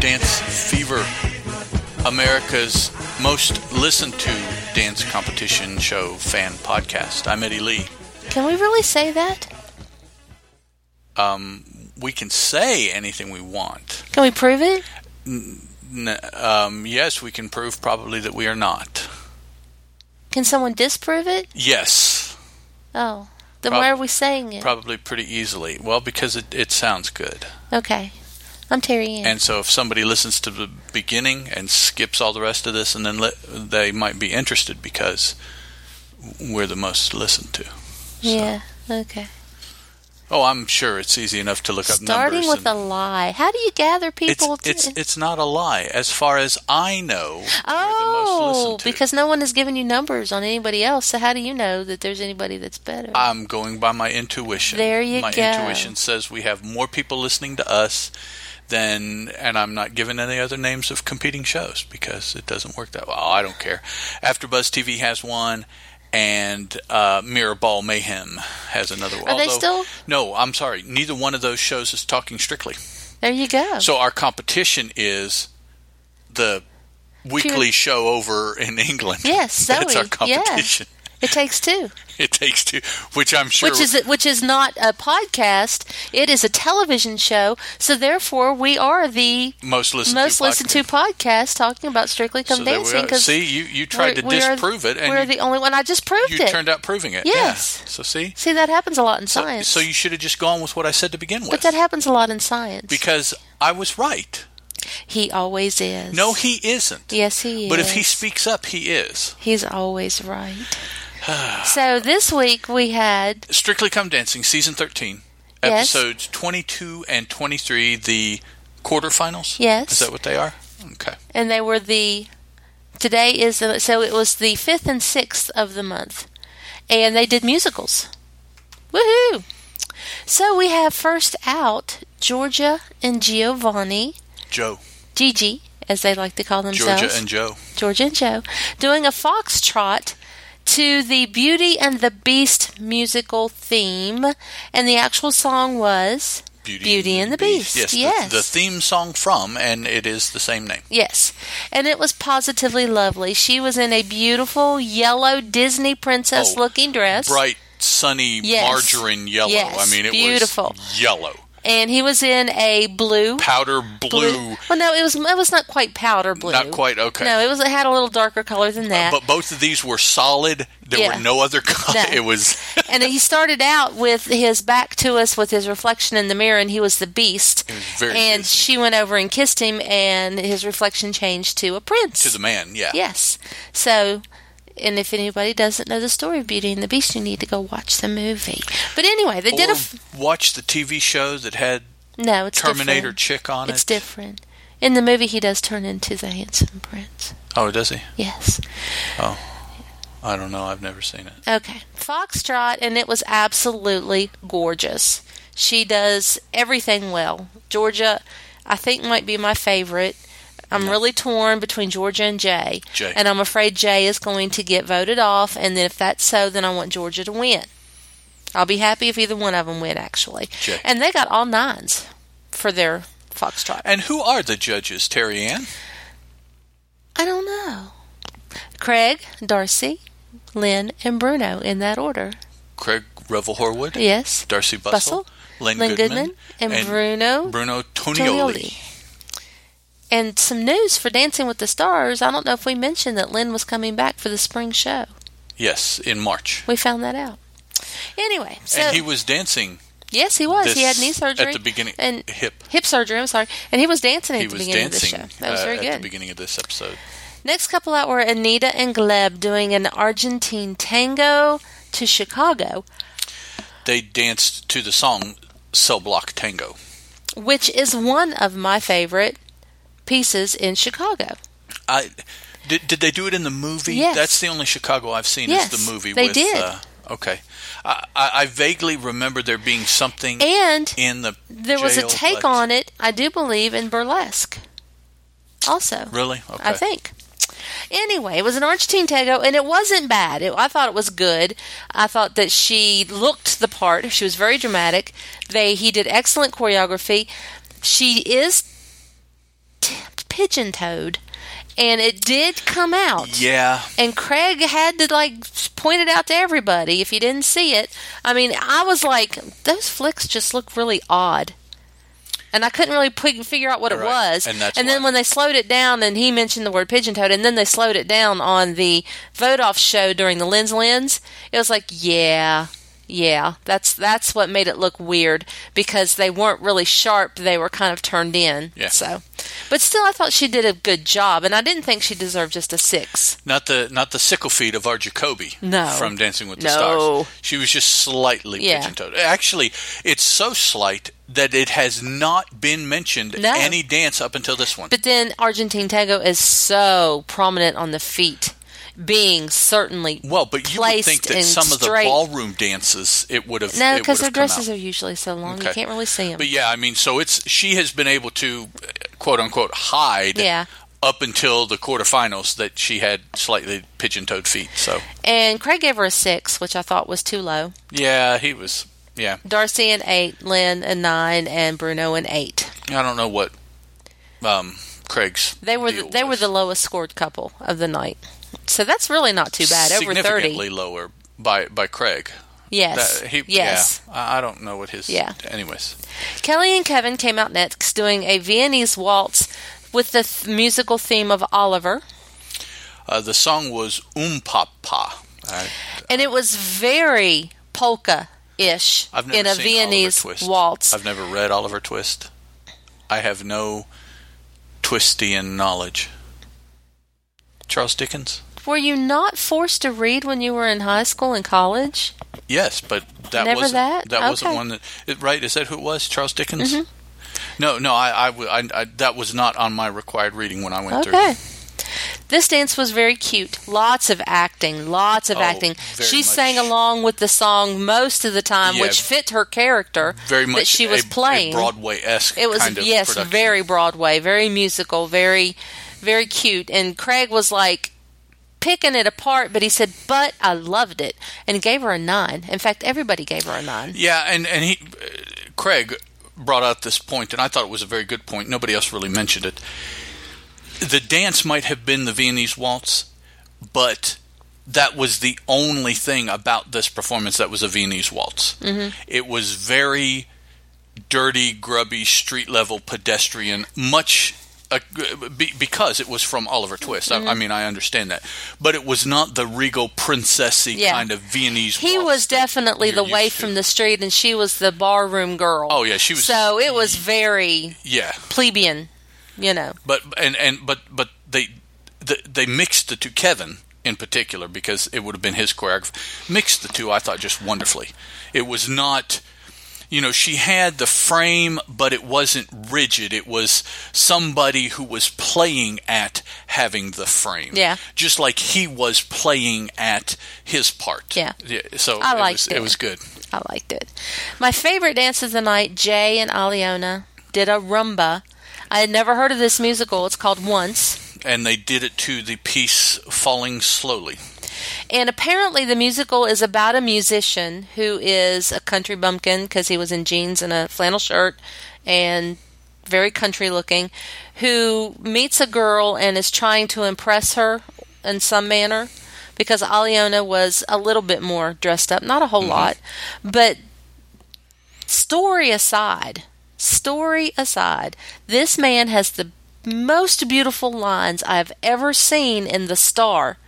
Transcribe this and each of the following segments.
Dance Fever, America's most listened to dance competition show fan podcast. I'm Eddie Lee. Can we really say that? Um, we can say anything we want. Can we prove it? N- um, yes, we can prove probably that we are not. Can someone disprove it? Yes, Oh, then Prob- why are we saying it? probably pretty easily. Well, because it, it sounds good. okay. I'm Terry Ann. And so if somebody listens to the beginning and skips all the rest of this, and then li- they might be interested because we're the most listened to. yeah. Okay. Oh, I'm sure it's easy enough to look up Starting numbers. with and- a lie. How do you gather it's, people? to- it's it's not a lie. As far as I know, we're the most oh, listened to. because no one has given you numbers on anybody else. So how do you know that there's anybody that's better? I'm going by my intuition. There you my go. intuition says we have more people listening to us than, and I'm not giving any other names of competing shows because it doesn't work that well. I don't care. AfterBuzz TV has one, and uh, Mirrorball Mayhem has another one. Are they Although- still- No, I'm sorry. Neither one of those shows is talking strictly. there you go. So our competition is the weekly show over in England. Yes, that's Zoe. our competition. it takes two, It takes two, which I'm sure which is which is not a podcast. It is a television show. So therefore, we are the most listened most to listened to podcast talking about Strictly Come So there we Dancing. are. 'cause See, you- you tried we're- to we are- disprove it, and we're you- the only one. I just proved You it. turned out proving it. Yes. Yeah. So see, See, that happens a lot in so, science. so you should have just gone with what I said to begin with, but that happens a lot in science. because I was right. he always is. No, he isn't. Yes, he is. But if he speaks up, he is. He's always right. so this week we had Strictly Come Dancing, season thirteen, Yes. episodes twenty-two and twenty-three, the quarterfinals. Yes. Is that what they are? Okay. and they were the today is the so it was the fifth and sixth of the month and they did musicals woohoo so we have first out georgia and giovanni Joe, gigi as they like to call themselves Georgia, and Joe. georgia and joe doing a foxtrot to the beauty and the beast musical theme and the actual song was Beauty and the Beast, Yes, the- yes. The, theme song from, and it is the same name. Yes. And it was positively lovely. She was in a beautiful yellow Disney princess Oh, looking dress. Bright, sunny, Yes. margarine yellow. Yes, I mean, it beautiful. was yellow, And he was in a blue. powder blue. Well, no, it was it was not quite powder blue. Not quite, okay. Uh, No, it was it had a little darker color than that. But both of these were solid. There Yeah. were no other color. No. It was and he started out with his back to us with his reflection in the mirror and he was the beast. was very and Disney. she went over and kissed him and his reflection changed to a prince. to the man. Yeah. Yes. So, and if anybody doesn't know the story of Beauty and the Beast, you need to go watch the movie. But anyway, they did a. Or F- watch the TV show that had no, it's Terminator Different. chick on It's it. different. In the movie, he does turn into the handsome prince. Oh, does he? Yes. I don't know. I've never seen it. Okay. Foxtrot, and it was absolutely gorgeous. She does everything well. Georgia, I think, might be my favorite. I'm really torn between Georgia and Jay. Jay. And I'm afraid Jay is going to get voted off, and then if that's so, then I want Georgia to win. I'll be happy if either one of them win, actually. Jay. And they got all nines for their Foxtrot. And who are the judges, Terry Ann? I don't know. Craig, Darcy, Lynn, and Bruno in that order. Craig Revel Horwood, Yes. Darcy Bustle, Bustle, Lynn, Lynn Goodman, Goodman, and Bruno Bruno Tonioli. Tonioli. And some news for Dancing with the Stars. I don't know if we mentioned that Lynn was coming back for the spring show. Yes, in March. We found that out. Anyway, so and he was dancing. yes, he was. He had this- knee surgery at the beginning. and hip. hip surgery. I'm sorry, and he was dancing at He the was beginning dancing of the show. That was uh, very at the good. beginning of this episode. Next couple out were Anita and Gleb doing an Argentine tango to Chicago, They danced to the song "Cell Block Tango." which is one of my favorite pieces in Chicago. I did. Did they do it in the movie? Yes. That's the only Chicago I've seen Yes, is the movie. they with, did. Uh, okay, I, I, I vaguely remember there being something And in the. There was a jail, take but- on it, I do believe, in burlesque. Also, Really? Okay. I think. Anyway, it was an Argentine tango, and it wasn't bad. It, I thought it was good. I thought that she looked the part. She was very dramatic. They he did excellent choreography. She is t- Pigeon Toad, and it did come out. Yeah. And Craig had to like point it out to everybody if you didn't see it. I mean, I was like, those flicks just look really odd. And I couldn't really p- figure out what it Right. was. And that's then why. when they slowed it down, and he mentioned the word pigeon toad, and then they slowed it down on the vote off show during the Lens Lens, it was like, yeah, yeah, that's that's what made it look weird because they weren't really sharp. They were kind of turned in. Yeah. So, but still, I thought she did a good job, and I didn't think she deserved just a six. Not the not the sickle feet of our Jacoby No. from Dancing with the No. Stars. She was just slightly Yeah. pigeon toed. Actually, it's so slight that it has not been mentioned No. any dance up until this one. But then Argentine tango is so prominent on the feet, being certainly well, but you would think placed that and some of the straight. ballroom dances it would have no, it because would their have come dresses out. are usually so long you Okay. can't really see them. But yeah, I mean, so it's she has been able to uh, quote unquote hide Yeah. up until the quarterfinals that she had slightly pigeon-toed feet. So And Craig gave her a six, which I thought was too low. yeah, he was. Yeah, Darcy an eight, Lynn a nine, and Bruno an eight. I don't know what um, Craig's. They were the, deal they were was. the lowest scored couple of the night. So that's really not too bad. Over significantly thirty, lower by by Craig. yes, That- he- yes. Yeah, I I don't know what his. Yeah. Anyways, Kelly and Kevin came out next, doing a Viennese waltz with the th- musical theme of Oliver. uh, the song was Um Papa. I, and it was very polka ish I've never in a seen Viennese Oliver Twist. waltz. I've never read Oliver Twist. I have no Twistian knowledge. Charles Dickens. Were you not forced to read when you were in high school and college? Yes, but that Never wasn't that? wasn't Okay. Mm-hmm. one that it- right. Is that who it was? Charles Dickens. No, no, I, I w- I- I- that was not on my required reading when I went through. Okay. This dance was very cute. Lots of acting, lots of Oh, acting. very She much. sang along with the song most of the time, Yeah. which fit her character Very much that she was a, playing. Broadway esque. It was kind of yes, production. very Broadway, very musical, very very cute. And Craig was like picking it apart, but he said, "But I loved it," and he gave her a nine. In fact, everybody gave her a nine. Yeah, and and he, uh, Craig, brought out this point, and I thought it was a very good point. Nobody else really mentioned it. The dance might have been the Viennese waltz, but that was the only thing about this performance that was a Viennese waltz. Mm-hmm. It was very dirty, grubby, street level pedestrian, much. Uh, be, because it was from Oliver Twist. I, Mm-hmm. I mean, I understand that, but it was not the regal princessy Yeah. kind of Viennese. He waltz was that definitely you're the waif used to. from the street, and she was the barroom girl. Oh, yeah, she was- So it was very Yeah, plebeian, you know. but and and but but they the, they mixed the two Kevin in particular because it would have been his choreography mixed the two I thought just wonderfully it was not you know she had the frame but it wasn't rigid it was somebody who was playing at having the frame Yeah. just like he was playing at his part Yeah. so I it liked was, it. it was good I liked it. My favorite dance of the night, Jay and Aliona did a rumba. I had never heard of this musical. It's called Once. and they did it to the piece falling slowly And apparently, the musical is about a musician who is a country bumpkin because he was in jeans and a flannel shirt and very country looking, who meets a girl and is trying to impress her in some manner because Aliona was a little bit more dressed up, not a whole lot. But story aside, story aside, this man has the most beautiful lines I've ever seen in The Star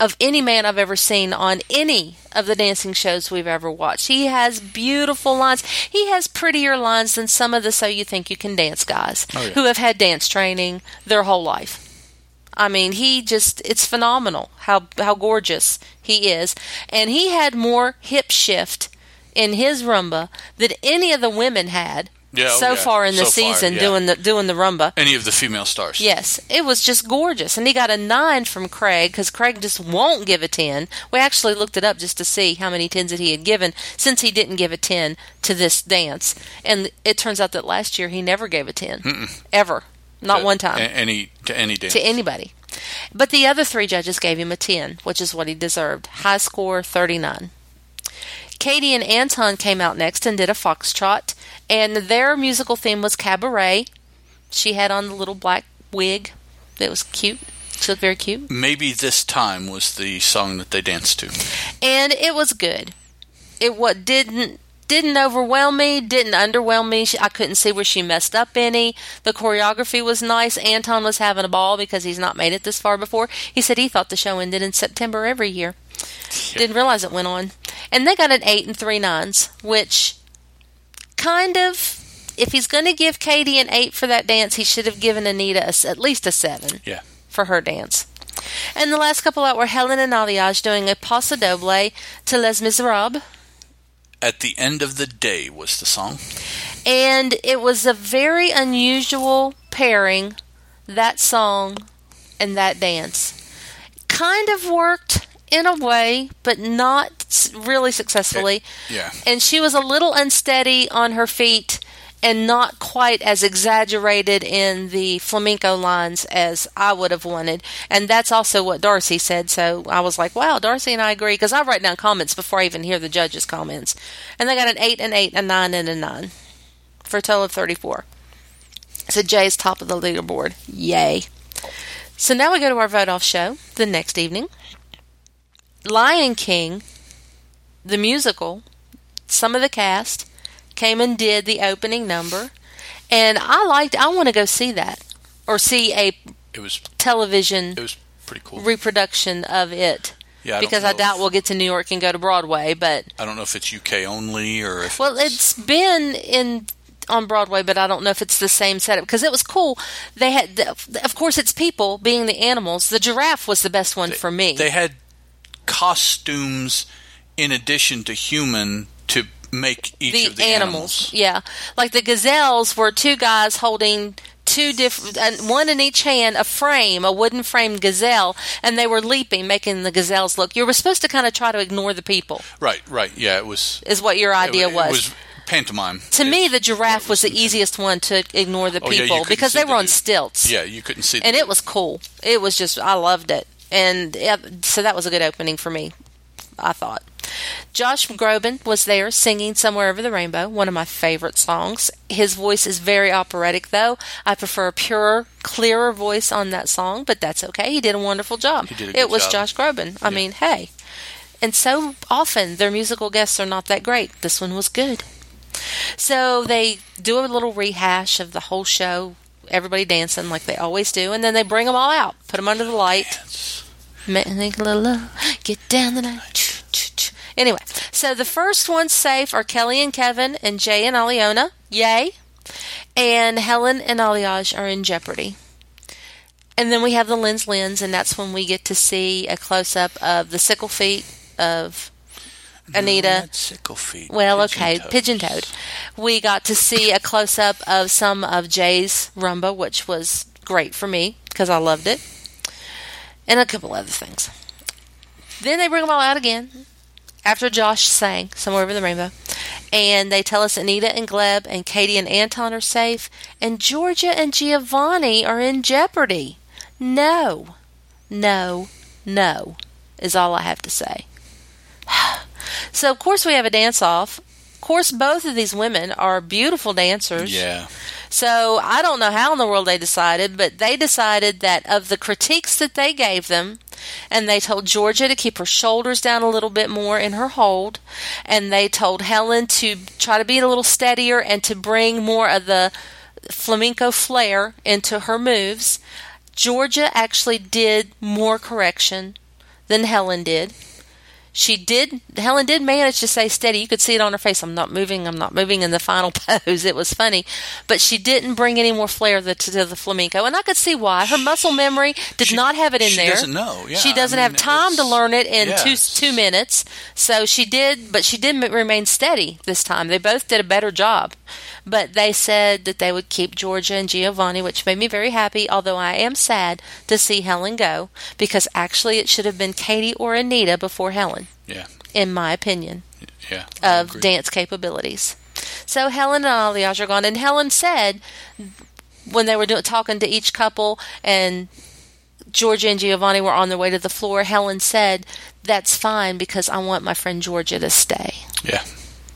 of any man I've ever seen on any of the dancing shows we've ever watched. He has beautiful lines. He has prettier lines than some of the So You Think You Can Dance guys Oh, yeah. who have had dance training their whole life. I mean, he just it's phenomenal how how gorgeous he is. And he had more hip shift in his rumba than any of the women had Yeah, oh, so yeah. far in the So far, season yeah. doing the doing the rumba. any of the female stars Yes, it was just gorgeous, and he got a nine from Craig because Craig just won't give a ten. We actually looked it up just to see how many tens that he had given since he didn't give a ten to this dance, and it turns out that last year he never gave a 10 ever, not to one time a- any to any dance to anybody. But the other three judges gave him a 10, which is what he deserved. High score 39. Katie and Anton came out next and did a foxtrot, and their musical theme was cabaret. She had on the little black wig that was cute. She looked very cute. Maybe This Time was the song that they danced to. and it was good. It what didn't didn't overwhelm me, didn't underwhelm me. She, I couldn't see where she messed up any. The choreography was nice. Anton was having a ball because he's not made it this far before. He said he thought the show ended in September every year. Didn't realize it went on. And they got an eight and three nines, which kind of. If he's going to give Katie an eight for that dance, he should have given Anita a s at least a seven Yeah. for her dance. And the last couple out were Helen and Alliage doing a paso doble to Les Miserables. At the End of the Day was the song. And it was a very unusual pairing, that song and that dance. Kind of worked in a way, but not s- really successfully. Yeah. And she was a little unsteady on her feet and not quite as exaggerated in the flamenco lines as I would have wanted. And that's also what Darcy said. So I was like, wow, Darcy and I agree because I write down comments before I even hear the judges' comments. And they got an 8 and 8, a 9 and a 9 for a total of 34. So Jay is top of the leaderboard. Yay. So now we go to our vote off show the next evening. Lion King, the musical, some of the cast came and did the opening number. And I liked, I want to go see that or see a It was television it was pretty cool. reproduction of it yeah, I don't because I know doubt if- we'll get to New York and go to Broadway, but I don't know if it's UK only or if Well, it's been in on Broadway, but I don't know if it's the same setup because it was cool. They had, of course, it's people being the animals. The giraffe was the best one for me. they had costumes in addition to human to make each the, of the animals. yeah, like the gazelles were two guys holding two different, and one in each hand, a frame, a wooden frame gazelle, and they were leaping, making the gazelles look. You were supposed to kind of try to ignore the people, Right, right. Yeah, it was is what your idea it, was. It was pantomime. to It- me, the giraffe was the easiest one to ignore the Oh, yeah, you people couldn't because see they were the on dude. stilts. Yeah, you couldn't see and it was cool. It was just I loved it, and yeah, so that was a good opening for me. I thought Josh Groban was there singing "Somewhere Over the Rainbow," one of my favorite songs. His voice is very operatic, though. I prefer a purer, clearer voice on that song, but that's okay. He did a wonderful job. He did a it good was job. Josh Groban. I mean, hey. And so often their musical guests are not that great. This one was good. So they do a little rehash of the whole show, everybody dancing like they always do, and then they bring them all out, put them under the light, make a little love, get down the night. Choo, choo, choo. Anyway, so the first ones safe are Kelly and Kevin and Jay and Aliona. Yay. And Helen and Aliage are in jeopardy. And then we have the lens lens, and that's when we get to see a close up of the sickle feet of Anita. Not sickle feet. Well, pigeon okay, toes. pigeon toed. We got to see a close up of some of Jay's rumba, which was great for me because I loved it, and a couple other things. Then they bring them all out again after Josh sang "Somewhere Over the Rainbow," and they tell us Anita and Gleb and Katie and Anton are safe, and Georgia and Giovanni are in jeopardy. No, no, no, is all I have to say. So of course we have a dance off. Of course both of these women are beautiful dancers. Yeah. So I don't know how in the world they decided, but they decided that of the critiques that they gave them, and they told Georgia to keep her shoulders down a little bit more in her hold, and they told Helen to try to be a little steadier and to bring more of the flamenco flair into her moves. Georgia actually did more correction than Helen did she did helen did manage to stay steady you could see it on her face i'm not moving i'm not moving in the final pose it was funny but she didn't bring any more flair the, to, the flamenco and i could see why her muscle memory did She- not have it in she there doesn't know, yeah, she I doesn't mean, have time to it's- learn it in yeah, two it's- two minutes so she did but she did m- remain steady this time they both did a better job but they said that they would keep georgia and giovanni which made me very happy although i am sad to see helen go because actually it should have been katie or anita before helen Yeah. in my opinion, Yeah. I of agree. dance capabilities. So Helen and Aliage are gone, and Helen said when they were do- talking to each couple, and Georgia and Giovanni were on their way to the floor. Helen said, "That's fine because I want my friend Georgia to stay." Yeah.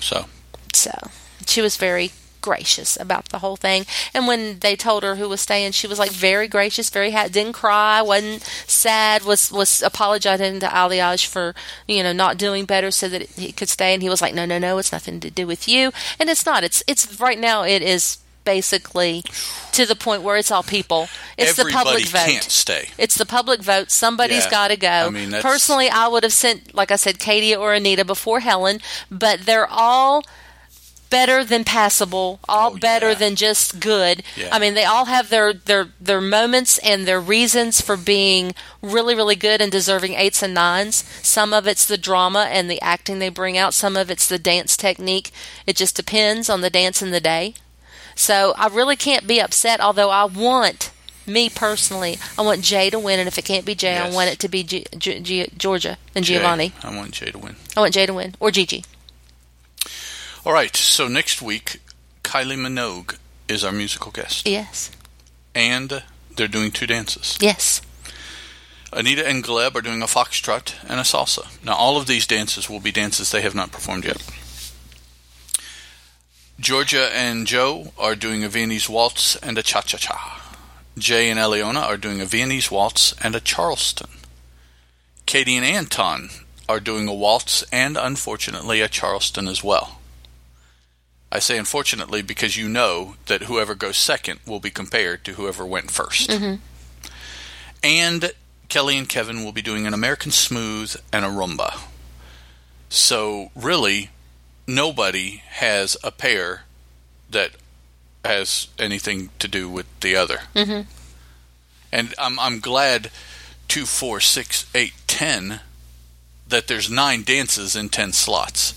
So So she was very gracious about the whole thing. And when they told her who was staying, she was like very gracious, very happy, didn't cry, wasn't sad, was was apologizing to Aliage for you know not doing better so that he could stay. And he was like, no, no, no, it's nothing to do with you. And it's not. It's it's right now. It is basically to the point where it's all people. It's the Everybody public vote. can't stay. It's the public vote. Somebody's Yeah. got to go. I mean, that's- Personally, I would have sent, like I said, Katie or Anita before Helen, but they're all better than passable, all Oh, better yeah. than just good. Yeah. I mean, they all have their, their, their moments and their reasons for being really, really good and deserving eights and nines. Some of it's the drama and the acting they bring out, some of it's the dance technique. It just depends on the dance and the day. So I really can't be upset, although I want, me personally, I want Jay to win, and if it can't be Jay, I Yes. want it to be G- G- G- Georgia and Jay. Giovanni. I want Jay to win. I want Jay to win, or Gigi. All right. So next week, Kylie Minogue is our musical guest, Yes. and they're doing two dances. Yes. Anita and Gleb are doing a foxtrot and a salsa. Now, all of these dances will be dances they have not performed yet. Georgia and Joe are doing a Viennese waltz and a cha cha cha. Jay and Eleona are doing a Viennese waltz and a Charleston. Katie and Anton are doing a waltz and, unfortunately, a Charleston as well. I say unfortunately because you know that whoever goes second will be compared to whoever went 1st and Kelly and Kevin will be doing an American Smooth and a Rumba. So really, nobody has a pair that has anything to do with the other. Mm-hmm. And I'm I'm glad two, four, six, eight, ten that there's nine dances in ten slots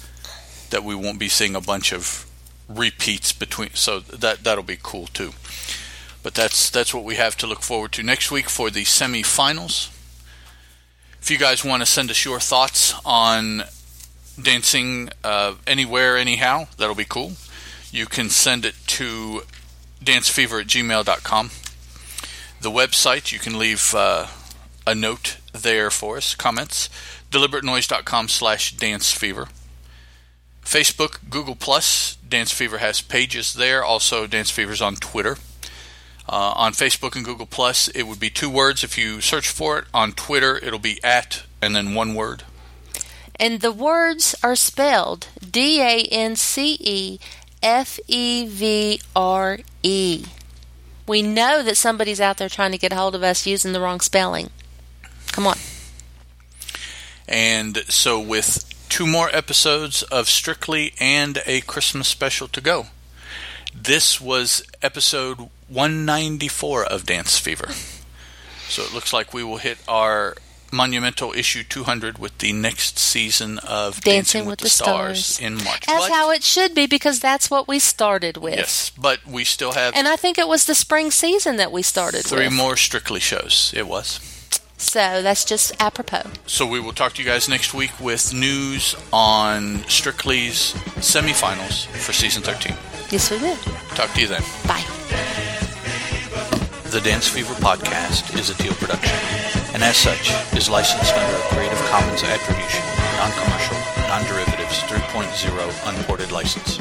that we won't be seeing a bunch of repeats between. So that that'll be cool too. But that's that's what we have to look forward to next week for the semifinals. If you guys want to send us your thoughts on dancing uh, anywhere, anyhow, that'll be cool. You can send it to dancefever at gmail.com. The website, you can leave uh, a note there for us, comments. DeliberateNoise.com slash dancefever. Facebook, Google Plus, Dance Fever has pages there. Also, Dance Fever's on Twitter. Uh, on Facebook and Google Plus, it would be two words if you search for it. On Twitter, it'll be at and then one word. And the words are spelled D A N C E F E V R E. We know that somebody's out there trying to get a hold of us using the wrong spelling. Come on. And so, with two more episodes of Strictly and a Christmas special to go, this was episode 194 of Dance Fever. So, it looks like we will hit our monumental issue 200 with the next season of Dancing, with, the, stars, in March. That's But- how it should be because that's what we started with. yes, but we still have And I think it was the spring season that we started three with. more Strictly shows. It was. So that's just apropos. So we will talk to you guys next week with news on Strictly's semifinals for season 13. Yes, we will. Talk to you then. Bye. The Dance Fever podcast is a teal production, and as such, is licensed under a Creative Commons Attribution, non commercial, non derivatives 3.0 unported license.